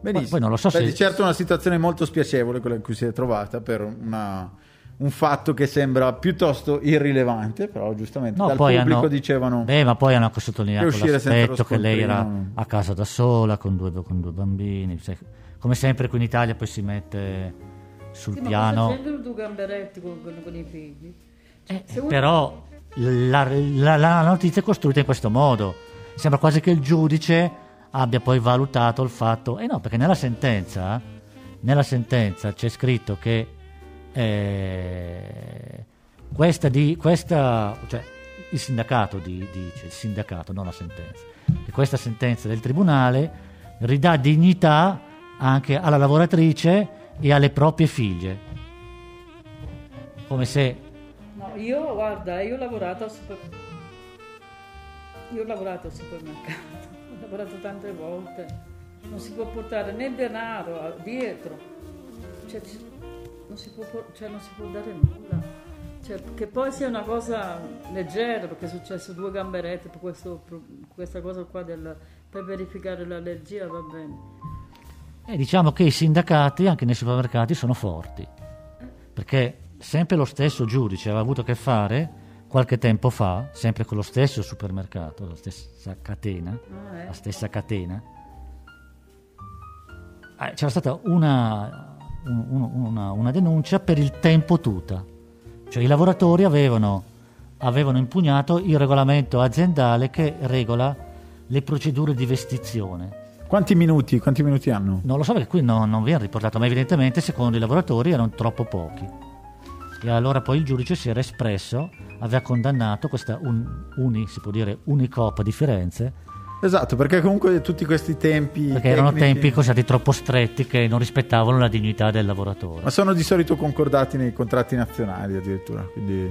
Benissimo.
Poi- poi non lo so
Beh,
se-
Di certo è una situazione molto spiacevole quella in cui si è trovata per una- un fatto che sembra piuttosto irrilevante, però giustamente
No,
dal
poi
pubblico
hanno,
dicevano...
Beh, ma poi hanno
che
sottolineato
uscire senza lo
l'aspetto che lei era
scontrino.
a casa da sola con due, con due bambini. sai. come sempre qui in Italia poi si mette sul
Sì, Ma
piano.
cosa c'entrano due gamberetti con, con- con i figli? Cioè,
Eh,
Se uno-
però la, la- la notizia è costruita in questo modo. Sembra quasi che il giudice abbia poi valutato il fatto. Eh no, perché nella sentenza, nella sentenza c'è scritto che eh, questa di questa, cioè il sindacato di- dice, il sindacato, non la sentenza, che questa sentenza del tribunale ridà dignità anche alla lavoratrice e alle proprie figlie. Come se
No, io guarda, io ho lavorato al supermercato. Io ho lavorato al supermercato, ho lavorato tante volte. Non si può portare né denaro a- dietro, cioè, ci- non, si può, por- cioè, non si può dare nulla. Cioè, che poi sia una cosa leggera, perché è successo due gamberette per questo pro- questa cosa qua del- per verificare l'allergia, va bene.
E diciamo che i sindacati anche nei supermercati sono forti, perché sempre lo stesso giudice aveva avuto a che fare qualche tempo fa, sempre con lo stesso supermercato, la stessa catena,
Ah, eh.
la stessa catena, eh, c'era stata una, un- un- una- una denuncia per il tempo tuta, cioè i lavoratori avevano, avevano impugnato il regolamento aziendale che regola le procedure di vestizione.
Quanti minuti, quanti minuti hanno?
Non lo so perché qui no- non viene riportato, ma evidentemente secondo i lavoratori erano troppo pochi. E allora poi il giudice si era espresso, aveva condannato questa un- uni, si può dire, Unicop di Firenze,
Esatto, perché comunque tutti questi tempi...
perché erano
tecnici-
tempi considerati troppo stretti che non rispettavano la dignità del lavoratore.
Ma sono di solito concordati nei contratti nazionali addirittura, quindi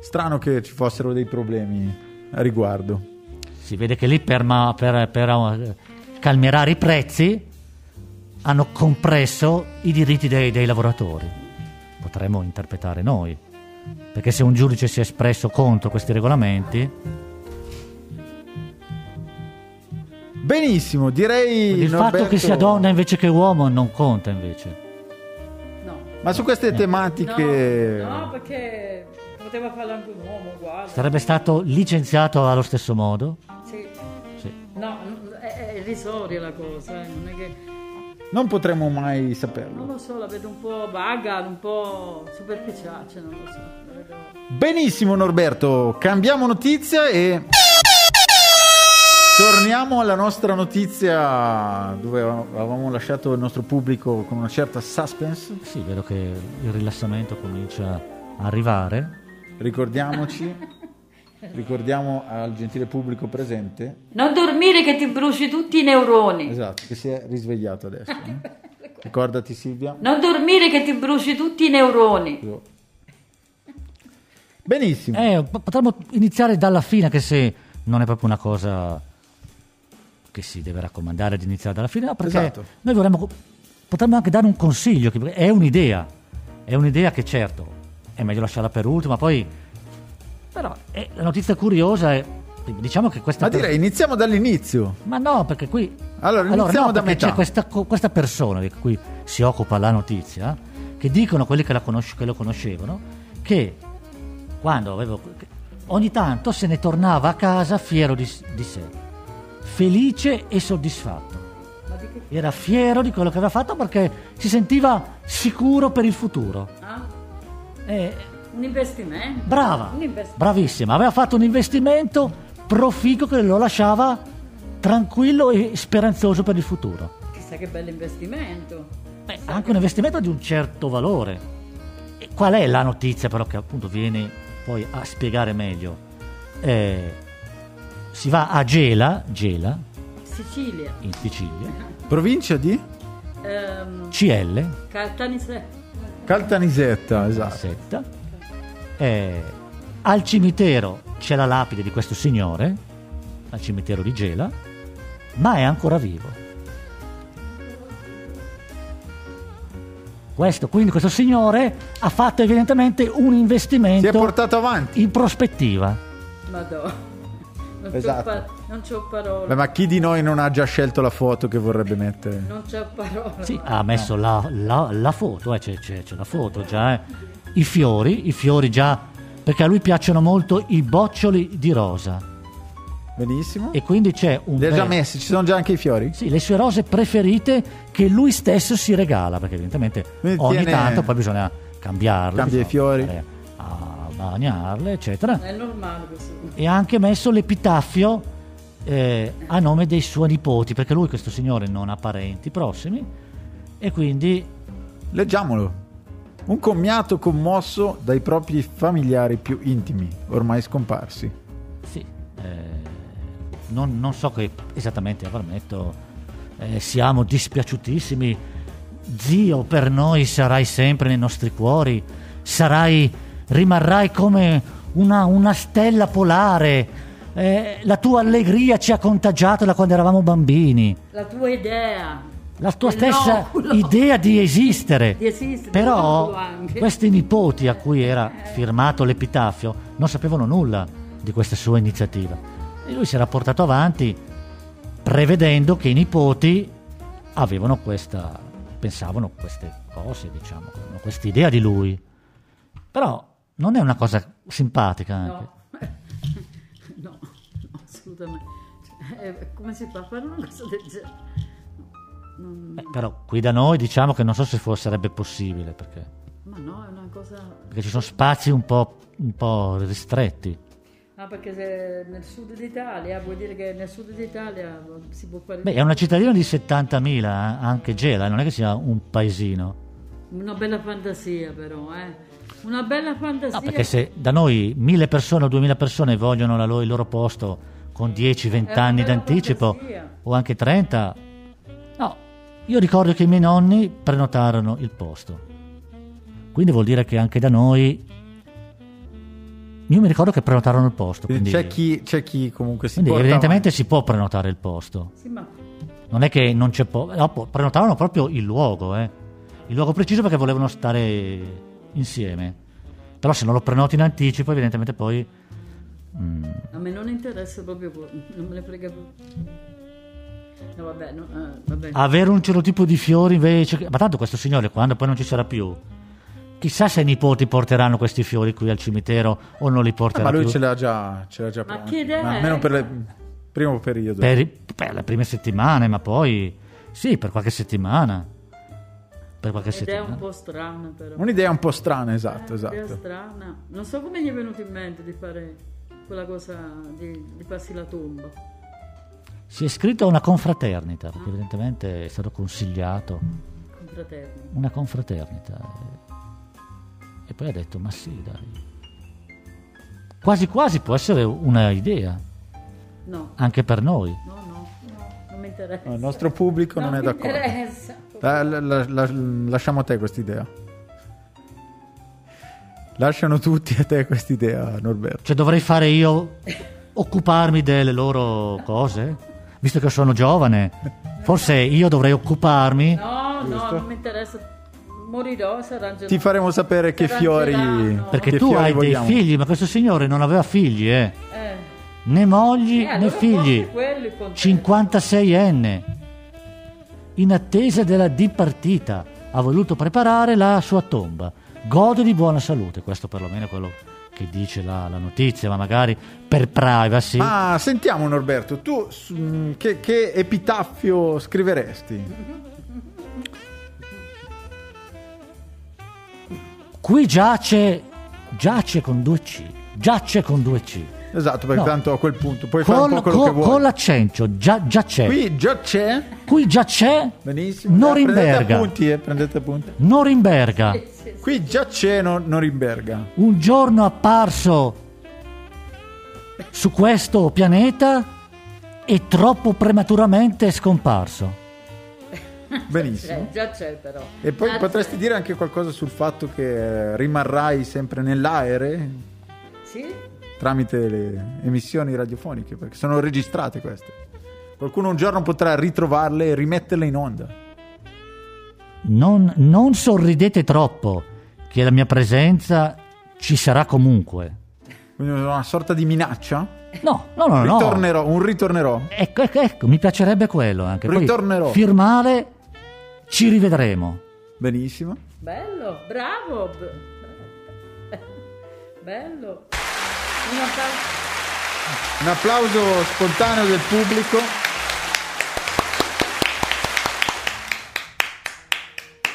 strano che ci fossero dei problemi a riguardo.
Si vede che lì per, ma- per- per, eh, calmierare i prezzi hanno compresso i diritti dei, dei lavoratori. Potremmo interpretare noi. Perché se un giudice si è espresso contro questi regolamenti,
Benissimo, direi...
il fatto
Norberto-
che sia donna invece che uomo non conta invece.
No.
Ma su queste tematiche...
Eh. No, no, perché poteva farlo anche un uomo uguale.
Sarebbe stato licenziato allo stesso modo?
Sì.
Sì.
No, n- è, è irrisoria la cosa, eh, non è che...
Non potremo mai
Non
saperlo.
lo so, la vedo un po' vaga, un po' superficiale, cioè, non lo so. la vedo-
Benissimo Norberto, cambiamo notizia e... Torniamo alla nostra notizia dove avevamo lasciato il nostro pubblico con una certa suspense.
Sì, vedo che il rilassamento comincia a arrivare.
Ricordiamoci, ricordiamo al gentile pubblico presente
Non dormire che ti bruci tutti i neuroni.
Esatto, che si è risvegliato adesso. eh. Ricordati Silvia.
Non dormire che ti bruci tutti i neuroni.
Benissimo.
Eh, po- potremmo iniziare dalla fine, anche se non è proprio una cosa che si deve raccomandare di iniziare dalla fine, no, perché
Esatto.
noi vorremmo, co- potremmo anche dare un consiglio, che è un'idea, è un'idea che certo è meglio lasciarla per ultima, poi però eh, la notizia curiosa è, diciamo che questa...
Ma
per-
direi iniziamo dall'inizio.
Ma no, perché qui...
Allora, iniziamo
no,
da
perché
metà.
C'è questa, co- questa persona di cui si occupa la notizia, che dicono quelli che, la conosce- che lo conoscevano, che quando avevo... che ogni tanto se ne tornava a casa fiero di, s- di sé, felice e soddisfatto.
Ma di che?
Era fiero di quello che aveva fatto perché si sentiva sicuro per il futuro.
Ah,
E-
un investimento.
Brava,
Un investimento.
bravissima. Aveva fatto un investimento proficuo che lo lasciava tranquillo e speranzoso per il futuro.
Chissà che bello investimento.
Beh, anche un investimento di un certo valore. E qual è la notizia però che appunto viene poi a spiegare meglio? Eh, si va a Gela, Gela,
Sicilia.
in Sicilia,
Provincia di
Ehm,
CL,
Caltanissè.
Caltanisetta, esatto.
Setta. Eh, al cimitero c'è la lapide di questo signore, al cimitero di Gela, ma è ancora vivo. Questo, quindi questo signore ha fatto evidentemente un
Si
investimento
è portato avanti.
in prospettiva.
Madonna. Non
Esatto.
c'ho, pa- non c'ho parole.
Beh, ma chi di noi non ha già scelto la foto che vorrebbe mettere?
Non c'ho parole.
Sì,
ma-
ha messo la, la- la foto, eh, c'è, c'è- c'è la foto già. eh. I fiori, i fiori già, perché a lui piacciono molto i boccioli di rosa.
Benissimo.
E quindi c'è un...
Li ha già
bel-
messi, ci sono già anche i fiori?
Sì, le sue rose preferite che lui stesso si regala, perché evidentemente
Quindi
ogni
tiene-
tanto poi bisogna cambiarle.
Cambia i
bisogna
fiori.
andare A bagnarle, eccetera.
È normale questo.
E ha anche messo l'epitaffio eh, a nome dei suoi nipoti, perché lui, questo signore, non ha parenti prossimi e quindi
Leggiamolo. Un commiato commosso dai propri familiari più intimi, ormai scomparsi.
sì, eh, non, non so che esattamente avrà messo, eh, siamo dispiaciutissimi, zio per noi sarai sempre nei nostri cuori, sarai, rimarrai come una, una stella polare, eh, la tua allegria ci ha contagiato da quando eravamo bambini,
La tua idea
la tua
Il
stessa
loculo.
idea di esistere.
Eh, di esistere.
Però
dicono anche. Eh.
questi nipoti a cui era firmato l'epitaffio non sapevano nulla di questa sua iniziativa e lui si era portato avanti prevedendo che i nipoti avevano questa, pensavano queste cose, diciamo, avevano questa idea di lui. Però non è una cosa simpatica anche.
No. no, no, assolutamente. Cioè, eh, come si fa a fare una cosa del genere? Non-
Eh, però qui da noi diciamo che non so se fosse, sarebbe possibile, perché,
ma no, è una cosa...
perché ci sono spazi un po', un po' ristretti.
Ah, perché se nel sud d'Italia, vuol dire che nel sud d'Italia si può fare
Beh, è una cittadina di 70.000, eh, anche Gela, non è che sia un paesino.
una bella fantasia però, eh. Una bella fantasia.
No, perché se da noi mille persone o duemila persone vogliono la lo- il loro posto con 10-20
È una
anni
bella
d'anticipo
fantasia.
o anche 30, no, io ricordo che i miei nonni prenotarono il posto. Quindi vuol dire che anche da noi... Io mi ricordo che prenotarono il posto. Quindi,
C'è chi, c'è chi comunque si
quindi
porta
evidentemente si può prenotare il posto.
Sì, ma
Non è che non c'è po- no, po- prenotavano proprio il luogo, eh. Il luogo preciso perché volevano stare insieme. Però se non lo prenoti in anticipo, evidentemente poi mm,
a me non interessa proprio, quello, non me ne frega più. No, vabbè, no, eh, vabbè.
avere un certo tipo di fiori invece, che- ma tanto questo signore quando poi non ci sarà più. Chissà se i nipoti porteranno questi fiori qui al cimitero o non li
avanti. Eh,
porteranno
Ma lui
più.
ce l'ha già, ce l'ha già
Ma
pronti.
che idea
Ma
è?
almeno per il primo periodo.
per, i- per le prime settimane, ma poi sì, per qualche settimana. Per qualche
Ed è
settimana.
un po' strana però.
Un'idea un po' strana, esatto,
Idea
esatto.
strana. Non so come gli è venuto in mente di fare quella cosa di, di farsi la tomba.
Si è iscritto a una confraternita, perché evidentemente è stato consigliato.
con fraterno.
una confraternita. E poi ha detto, ma sì, dai. Quasi quasi può essere una idea,
No,
anche per noi.
no, no, no, non mi interessa.
No, Il nostro pubblico non,
non
è
mi
d'accordo.
interessa.
La- la- la- la- lasciamo a te quest'idea. Lasciano tutti a te quest'idea, Norberto.
Cioè dovrei fare io, occuparmi delle loro cose? Visto che sono giovane, forse io dovrei occuparmi.
No, no, non mi interessa. Morirò, sarà Angelo.
Ti faremo sapere che
Sarà
fiori.
Gerardo.
Perché
che
tu
fiori
hai
vogliamo.
dei figli, ma questo signore non aveva figli, eh.
Eh.
Né mogli
Eh,
né
allora
figli.
forse quello è il contesto.
56enne, in attesa della dipartita, ha voluto preparare la sua tomba. Gode di buona salute, questo perlomeno è quello che dice la, la notizia, ma magari per privacy.
Ma Ah, sentiamo, Norberto, tu su- che, che epitaffio scriveresti?
Qui giace, giace con due C, giace con due C.
Esatto, perché
No.
tanto a quel punto puoi fare un
Con,
po' quello
con-
che vuoi.
con l'accento, già, già c'è. Qui,
Qui già c'è.
già c'è
Benissimo. Eh, prendete
Norimberga.
appunti, eh, prendete appunti.
Norimberga.
Sì, sì, sì.
Qui già c'è no- Norimberga.
un giorno apparso su questo pianeta e troppo prematuramente scomparso.
Benissimo.
Eh, già c'è però.
E poi
Già
potresti dire anche qualcosa sul fatto che rimarrai sempre nell'aereo
c'è. Sì?
tramite le emissioni radiofoniche, perché sono registrate queste. Qualcuno un giorno potrà ritrovarle e rimetterle in onda.
Non, non sorridete troppo, che la mia presenza ci sarà comunque.
Quindi una sorta di minaccia.
No, no, Ah, no, no.
Ritornerò, un ritornerò.
Ecco, ecco, ecco, mi piacerebbe quello anche. Poi
Ritornerò.
firmare, ci rivedremo.
Benissimo.
Bello, bravo. b- Bello. Un applauso.
Un applauso spontaneo del pubblico.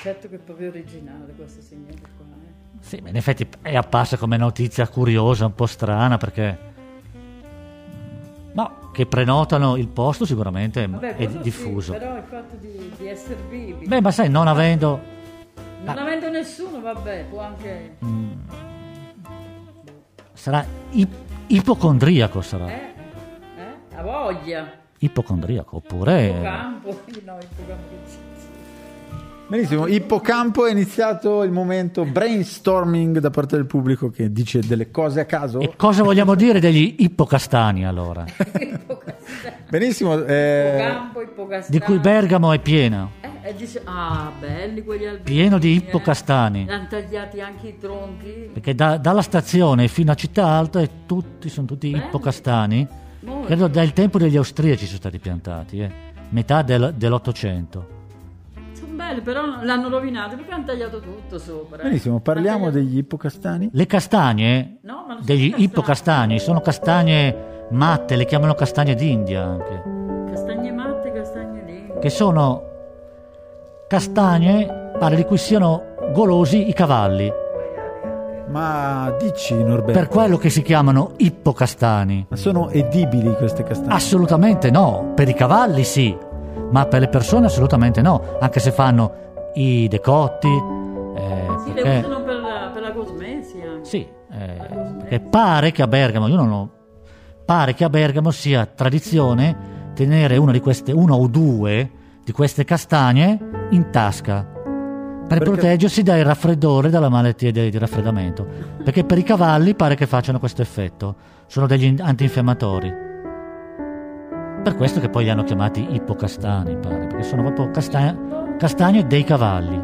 Certo che è proprio originale questo signore qua. eh.
Sì, ma in effetti è apparsa come notizia curiosa, un po' strana perché... Ma che prenotano il posto sicuramente
Vabbè,
Mm. è
quello sì,
diffuso.
però il fatto di, di essere vivi,
Beh, ma sai, non avendo...
non avendo nessuno, vabbè, può anche...
Mm. Sarà ip- ipocondriaco, sarà.
Eh? Eh? Ha voglia.
Ipocondriaco, oppure...
Ippocampo, no, ippocampo che c'è.
Benissimo. Ippocampo è iniziato il momento brainstorming da parte del pubblico che dice delle cose a caso.
E cosa vogliamo dire degli ippocastani allora?
Ippocastano.
Benissimo. eh,
Ippocampo, ippocastano.
Di cui Bergamo è piena,
Eh, e dice, ah, belli quegli albini.
pieno di
eh.
ippocastani.
L'hanno tagliati anche i tronchi.
Perché da- dalla stazione fino a Città Alta è tutti, sono tutti
Belli.
ippocastani.
Molto.
Credo dal tempo degli austriaci sono stati piantati, eh. metà del- dell'Ottocento.
belle, però l'hanno rovinate perché hanno tagliato tutto sopra.
Benissimo, parliamo
Hanno tagliato-
degli ippocastani.
Le castagne,
No, ma non sono
degli
castagne.
ippocastagni, sono castagne matte, le chiamano castagne d'India anche,
Castagne matte, castagne lente.
che sono castagne, pare di cui siano golosi i cavalli,
Ma dici Norberto,
per quello che si chiamano ippocastani.
ma sono edibili queste castagne?
Assolutamente no, per i cavalli sì, ma per le persone assolutamente no, anche se fanno i decotti. eh,
Sì, le
perché-
usano per la, per la cosmesia.
Sì, eh,
cosmetica.
perché pare che a Bergamo, io non ho, pare che a Bergamo sia tradizione tenere una di queste, una o due di queste castagne in tasca per
Perché-
proteggersi dal raffreddore, dalla malattia di, di raffreddamento. Perché per i cavalli pare che facciano questo effetto, sono degli in- antinfiammatori. Per questo che poi li hanno chiamati ippocastani, pare, perché sono proprio casta- castagne dei cavalli.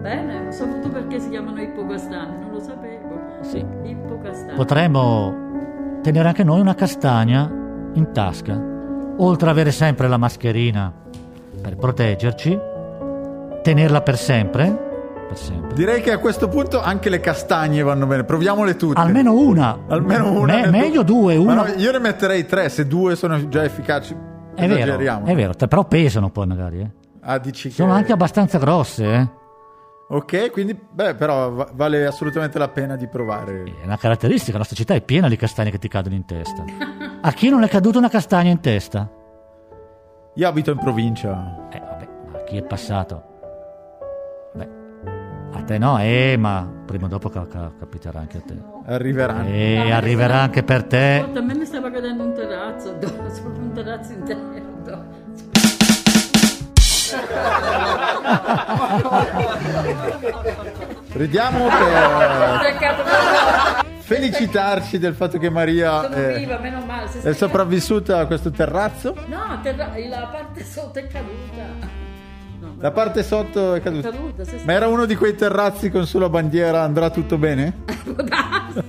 Bene, ho saputo perché si chiamano ippocastani, non lo sapevo.
Sì.
Ippocastani.
potremmo tenere anche noi una castagna in tasca, oltre ad avere sempre la mascherina per proteggerci, tenerla per sempre, per sempre.
Direi che a questo punto anche le castagne vanno bene, proviamole tutte.
Almeno una,
Almeno una.
Me-
ne-
meglio due,
Ma
una.
no, io ne metterei tre, se due sono già efficaci.
è vero,
esageriamo.
è vero, te- però pesano poi magari. eh.
Ah, dici
Sono
che-
anche abbastanza grosse, eh.
Ok, quindi, beh, però va- vale assolutamente la pena di provare.
È una caratteristica, la nostra città è piena di castagne che ti cadono in testa. A chi non è caduta una castagna in testa?
Io abito in provincia.
Eh, vabbè, ma chi è passato? Beh, a te no, eh, ma prima o dopo ca- ca- capiterà anche a te.
Arriveranno.
E arriverà anche per te.
Ascolta, a me mi stava cadendo un terrazzo, addosso, proprio un terrazzo intero.
Ridiamo per
Peccato, però
felicitarci del fatto che Maria
sono
eh,
viva, meno male. se
è
stai-
sopravvissuta a questo terrazzo.
No, terra- la parte sotto è caduta. No,
La parte sotto è
è
caduta.
caduta, se
Ma era uno di quei terrazzi con sulla bandiera andrà tutto bene?
può darsi.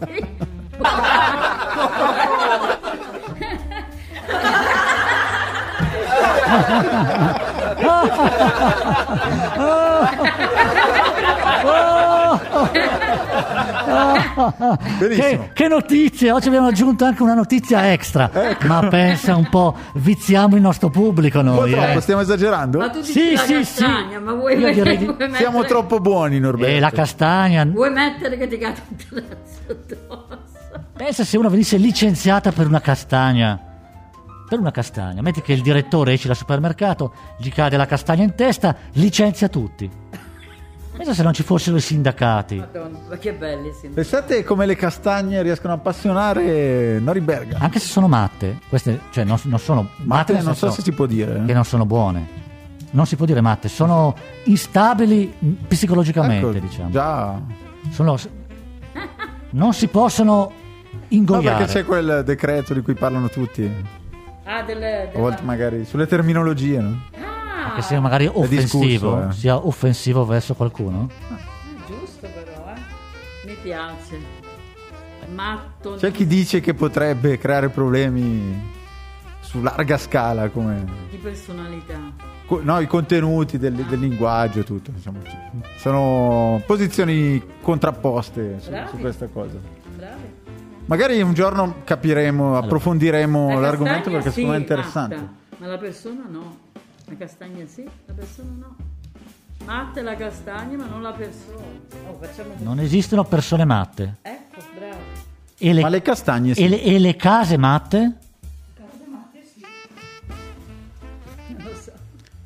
Benissimo.
Che, che notizie! Oggi abbiamo aggiunto anche una notizia extra. Ma pensa un po', viziamo il nostro pubblico
Un po'
noi.
troppo,
Eh.
stiamo esagerando?
Ma tu dici
Sì,
la
sì,
castagna,
sì.
ma vuoi,
Io direi di-
vuoi mettere,
Siamo troppo buoni, Norberto.
E la castagna.
vuoi mettere che ti cade un terrazzo addosso?
Pensa se una venisse licenziata per una castagna. Per una castagna. Metti che il direttore esce dal supermercato, gli cade la castagna in testa, licenzia tutti. Pensa se non ci fossero i sindacati.
Madonna, ma che belli sì.
Pensate come le castagne riescono a appassionare Noriberga.
Anche se sono matte, queste cioè non, non sono matte,
Matte
nel
Eh, non so
senso
se si può dire.
che non sono buone. Non si può dire matte, sono instabili mh, psicologicamente,
Ecco,
diciamo.
Già.
Sono- non si possono
No,
ingoiare.
perché c'è quel decreto di cui parlano tutti. A
Ah, delle... della-
volte magari sulle terminologie, no?
Ah,
che sia magari
discusso,
offensivo,
eh.
sia offensivo verso qualcuno.
Mm, giusto però, eh. Mi piace. Matto.
C'è chi dice che potrebbe creare problemi su larga scala come
di personalità.
co- no, i contenuti del, del linguaggio e tutto. insomma. Sono posizioni contrapposte su,
Bravi.
su questa cosa.
Bravi.
Magari un giorno capiremo, approfondiremo
La
l'argomento
castagna
perché
sì,
secondo me è interessante.
matta, ma la persona no. La castagna sì, la persona no. Matta è la castagna, ma non la persona. Oh, facciamo così.
Non esistono persone matte.
Ecco, bravo.
E le,
Ma le castagne sì.
e le- e le case matte?
Non lo so.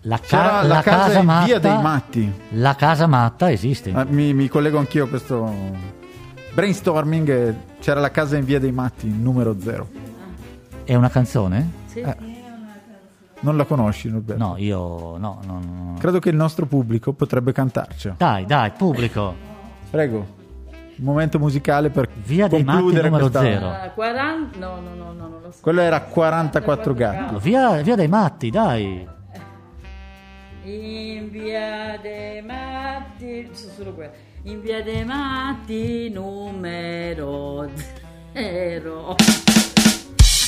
La, ca-
C'era la,
la
casa,
casa
in
matta,
via dei matti.
La casa matta esiste.
Ah, Mi, mi collego anch'io a questo brainstorming. eh, C'era la casa in via dei matti, numero zero.
È una canzone?
Sì.
Eh, Non la conosci, Norberto?
No, io no, no, no.
Credo che il nostro pubblico potrebbe cantarci.
Dai, dai, pubblico.
Prego. Un momento musicale per
Via dei matti,
concludere
numero
questa-
zero.
Ah, 40 no, no, no, no, non lo so.
Quello era 44 gatti.
Via, via dai matti, dai.
In via dei matti, so solo quello. In via dei matti numero zero.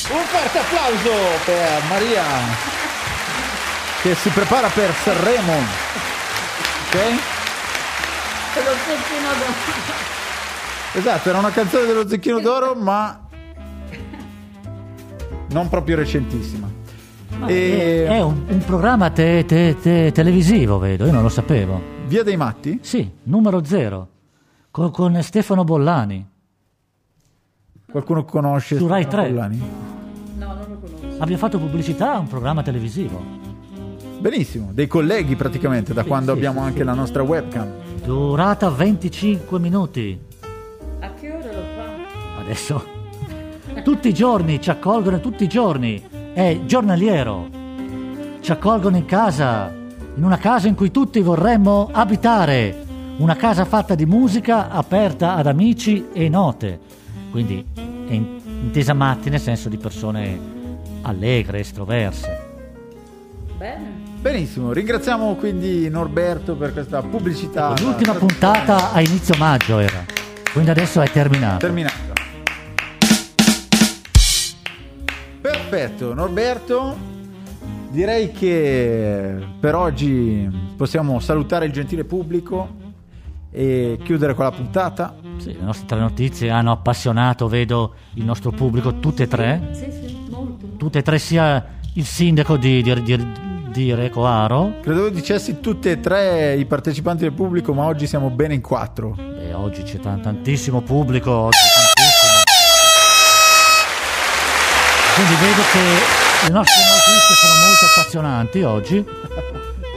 Un forte applauso per Maria che si prepara per Sanremo. ok?
Te lo zecchino d'oro.
Esatto, era una canzone dello Zecchino d'Oro, ma non proprio recentissima.
Ma
E-
È, è un, un programma te- te- te- televisivo, vedo, io non lo sapevo.
Via dei Matti?
Sì, numero zero, co- con, Stefano Bollani.
Qualcuno conosce
Su Rai
Stefano
tre.
Bollani?
No, non lo conosco.
Abbiamo fatto pubblicità a un programma televisivo.
Benissimo, dei colleghi praticamente, da
Sì,
quando
sì,
abbiamo
sì,
anche la nostra webcam.
Durata 25 minuti.
A che ora lo fa?
Adesso. Tutti i giorni, ci accolgono tutti i giorni. È giornaliero. Ci accolgono in casa, in una casa in cui tutti vorremmo abitare. Una casa fatta di musica, aperta ad amici e note. Quindi è in- intesa matti nel senso di persone allegre, estroverse.
Bene.
Benissimo, ringraziamo quindi Norberto per questa pubblicità.
L'ultima puntata a inizio maggio era. Quindi adesso è terminata.
Terminata. Perfetto, Norberto. Direi che per oggi possiamo salutare il gentile pubblico e chiudere con la puntata.
Sì, le nostre tre notizie hanno appassionato, vedo, il nostro pubblico, tutte e tre.
Sì, sì, molto.
Tutte e tre, sia il sindaco di, di, di, di Recoaro,
Credevo dicessi tutte e tre i partecipanti del pubblico, ma oggi siamo bene in quattro.
e oggi c'è tan- tantissimo pubblico, oggi tantissimo. Quindi vedo che le nostre notizie sono molto appassionanti oggi.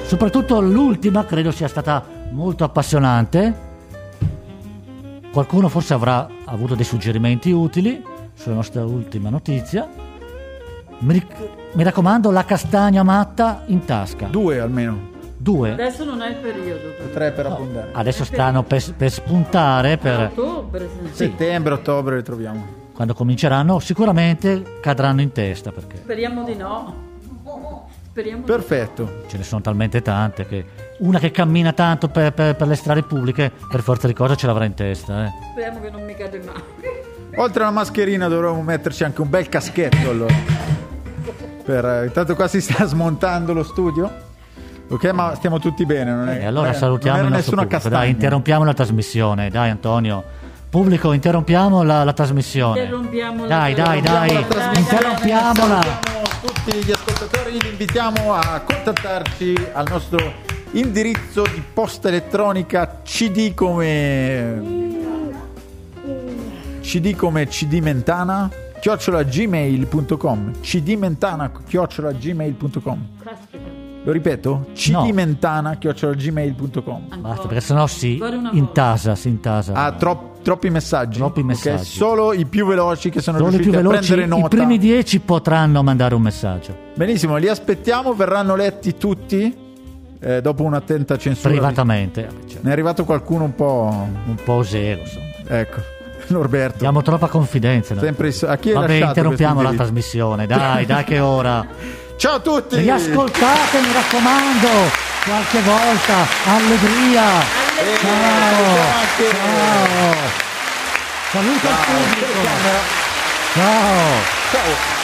Soprattutto l'ultima credo sia stata molto appassionante. Qualcuno forse avrà avuto dei suggerimenti utili sulla nostra ultima notizia. Mi, ric- mi raccomando, la castagna matta in tasca.
Due almeno,
Due.
Adesso non è il periodo. però.
tre per abbondare.
Adesso stanno per, per spuntare,
A
per-
Ottobre. se-
Settembre, ottobre le troviamo.
quando cominceranno sicuramente cadranno in testa perché
Speriamo di no. Speriamo di
Perfetto.
ce ne sono talmente tante che una che cammina tanto per, per- per le strade pubbliche per forza di cosa ce l'avrà in testa. eh.
Speriamo che non mi cade mai.
Oltre alla mascherina dovremmo metterci anche un bel caschetto allora. Per, eh, intanto qua si sta smontando lo studio. Ok, ma stiamo tutti bene. Non è,
E allora
Eh, non è-
salutiamo
non
il
era
nostro
nessuna
pubblico. Dai,
castagna.
interrompiamo la trasmissione. Dai, Antonio. Pubblico, interrompiamo la, la trasmissione.
Interrompiamo la-
dai, dai,
interrompiamo
dai,
Interrompiamo la trasmissione,
interrompiamola.
salutiamo Tutti gli ascoltatori li invitiamo a contattarci al nostro indirizzo di posta elettronica cd come cd come cdmentana chiocciola gmail.com cdmentana chiocciola gmail.com
Caspita.
lo ripeto cdmentana chiocciola gmail.com
Basta,
Ancora.
perché sennò si
Ancora una volta.
intasa, si intasa.
ha tro- troppi messaggi
Troppi
ok?
messaggi.
solo i più veloci che sono
Solo i
riusciti
più
a
veloci,
prendere nota
i primi dieci potranno mandare un messaggio
Benissimo, li aspettiamo, verranno letti tutti eh, dopo un'attenta censura.
privatamente. Vabbè, cioè,
Ne è arrivato qualcuno un po'...
Un po' zero, insomma.
Ecco, Norberto.
Diamo troppa confidenza. no?
Sempre il so- a chi è
Vabbè,
lasciato
interrompiamo la
questo
trasmissione. Dai, dai, che ora.
Ciao a tutti!
Riascoltate, mi raccomando. Qualche volta. Allegria.
Eh,
Ciao.
scusate.
Ciao. Saluto il
Ciao.
pubblico. Ciao.
Ciao.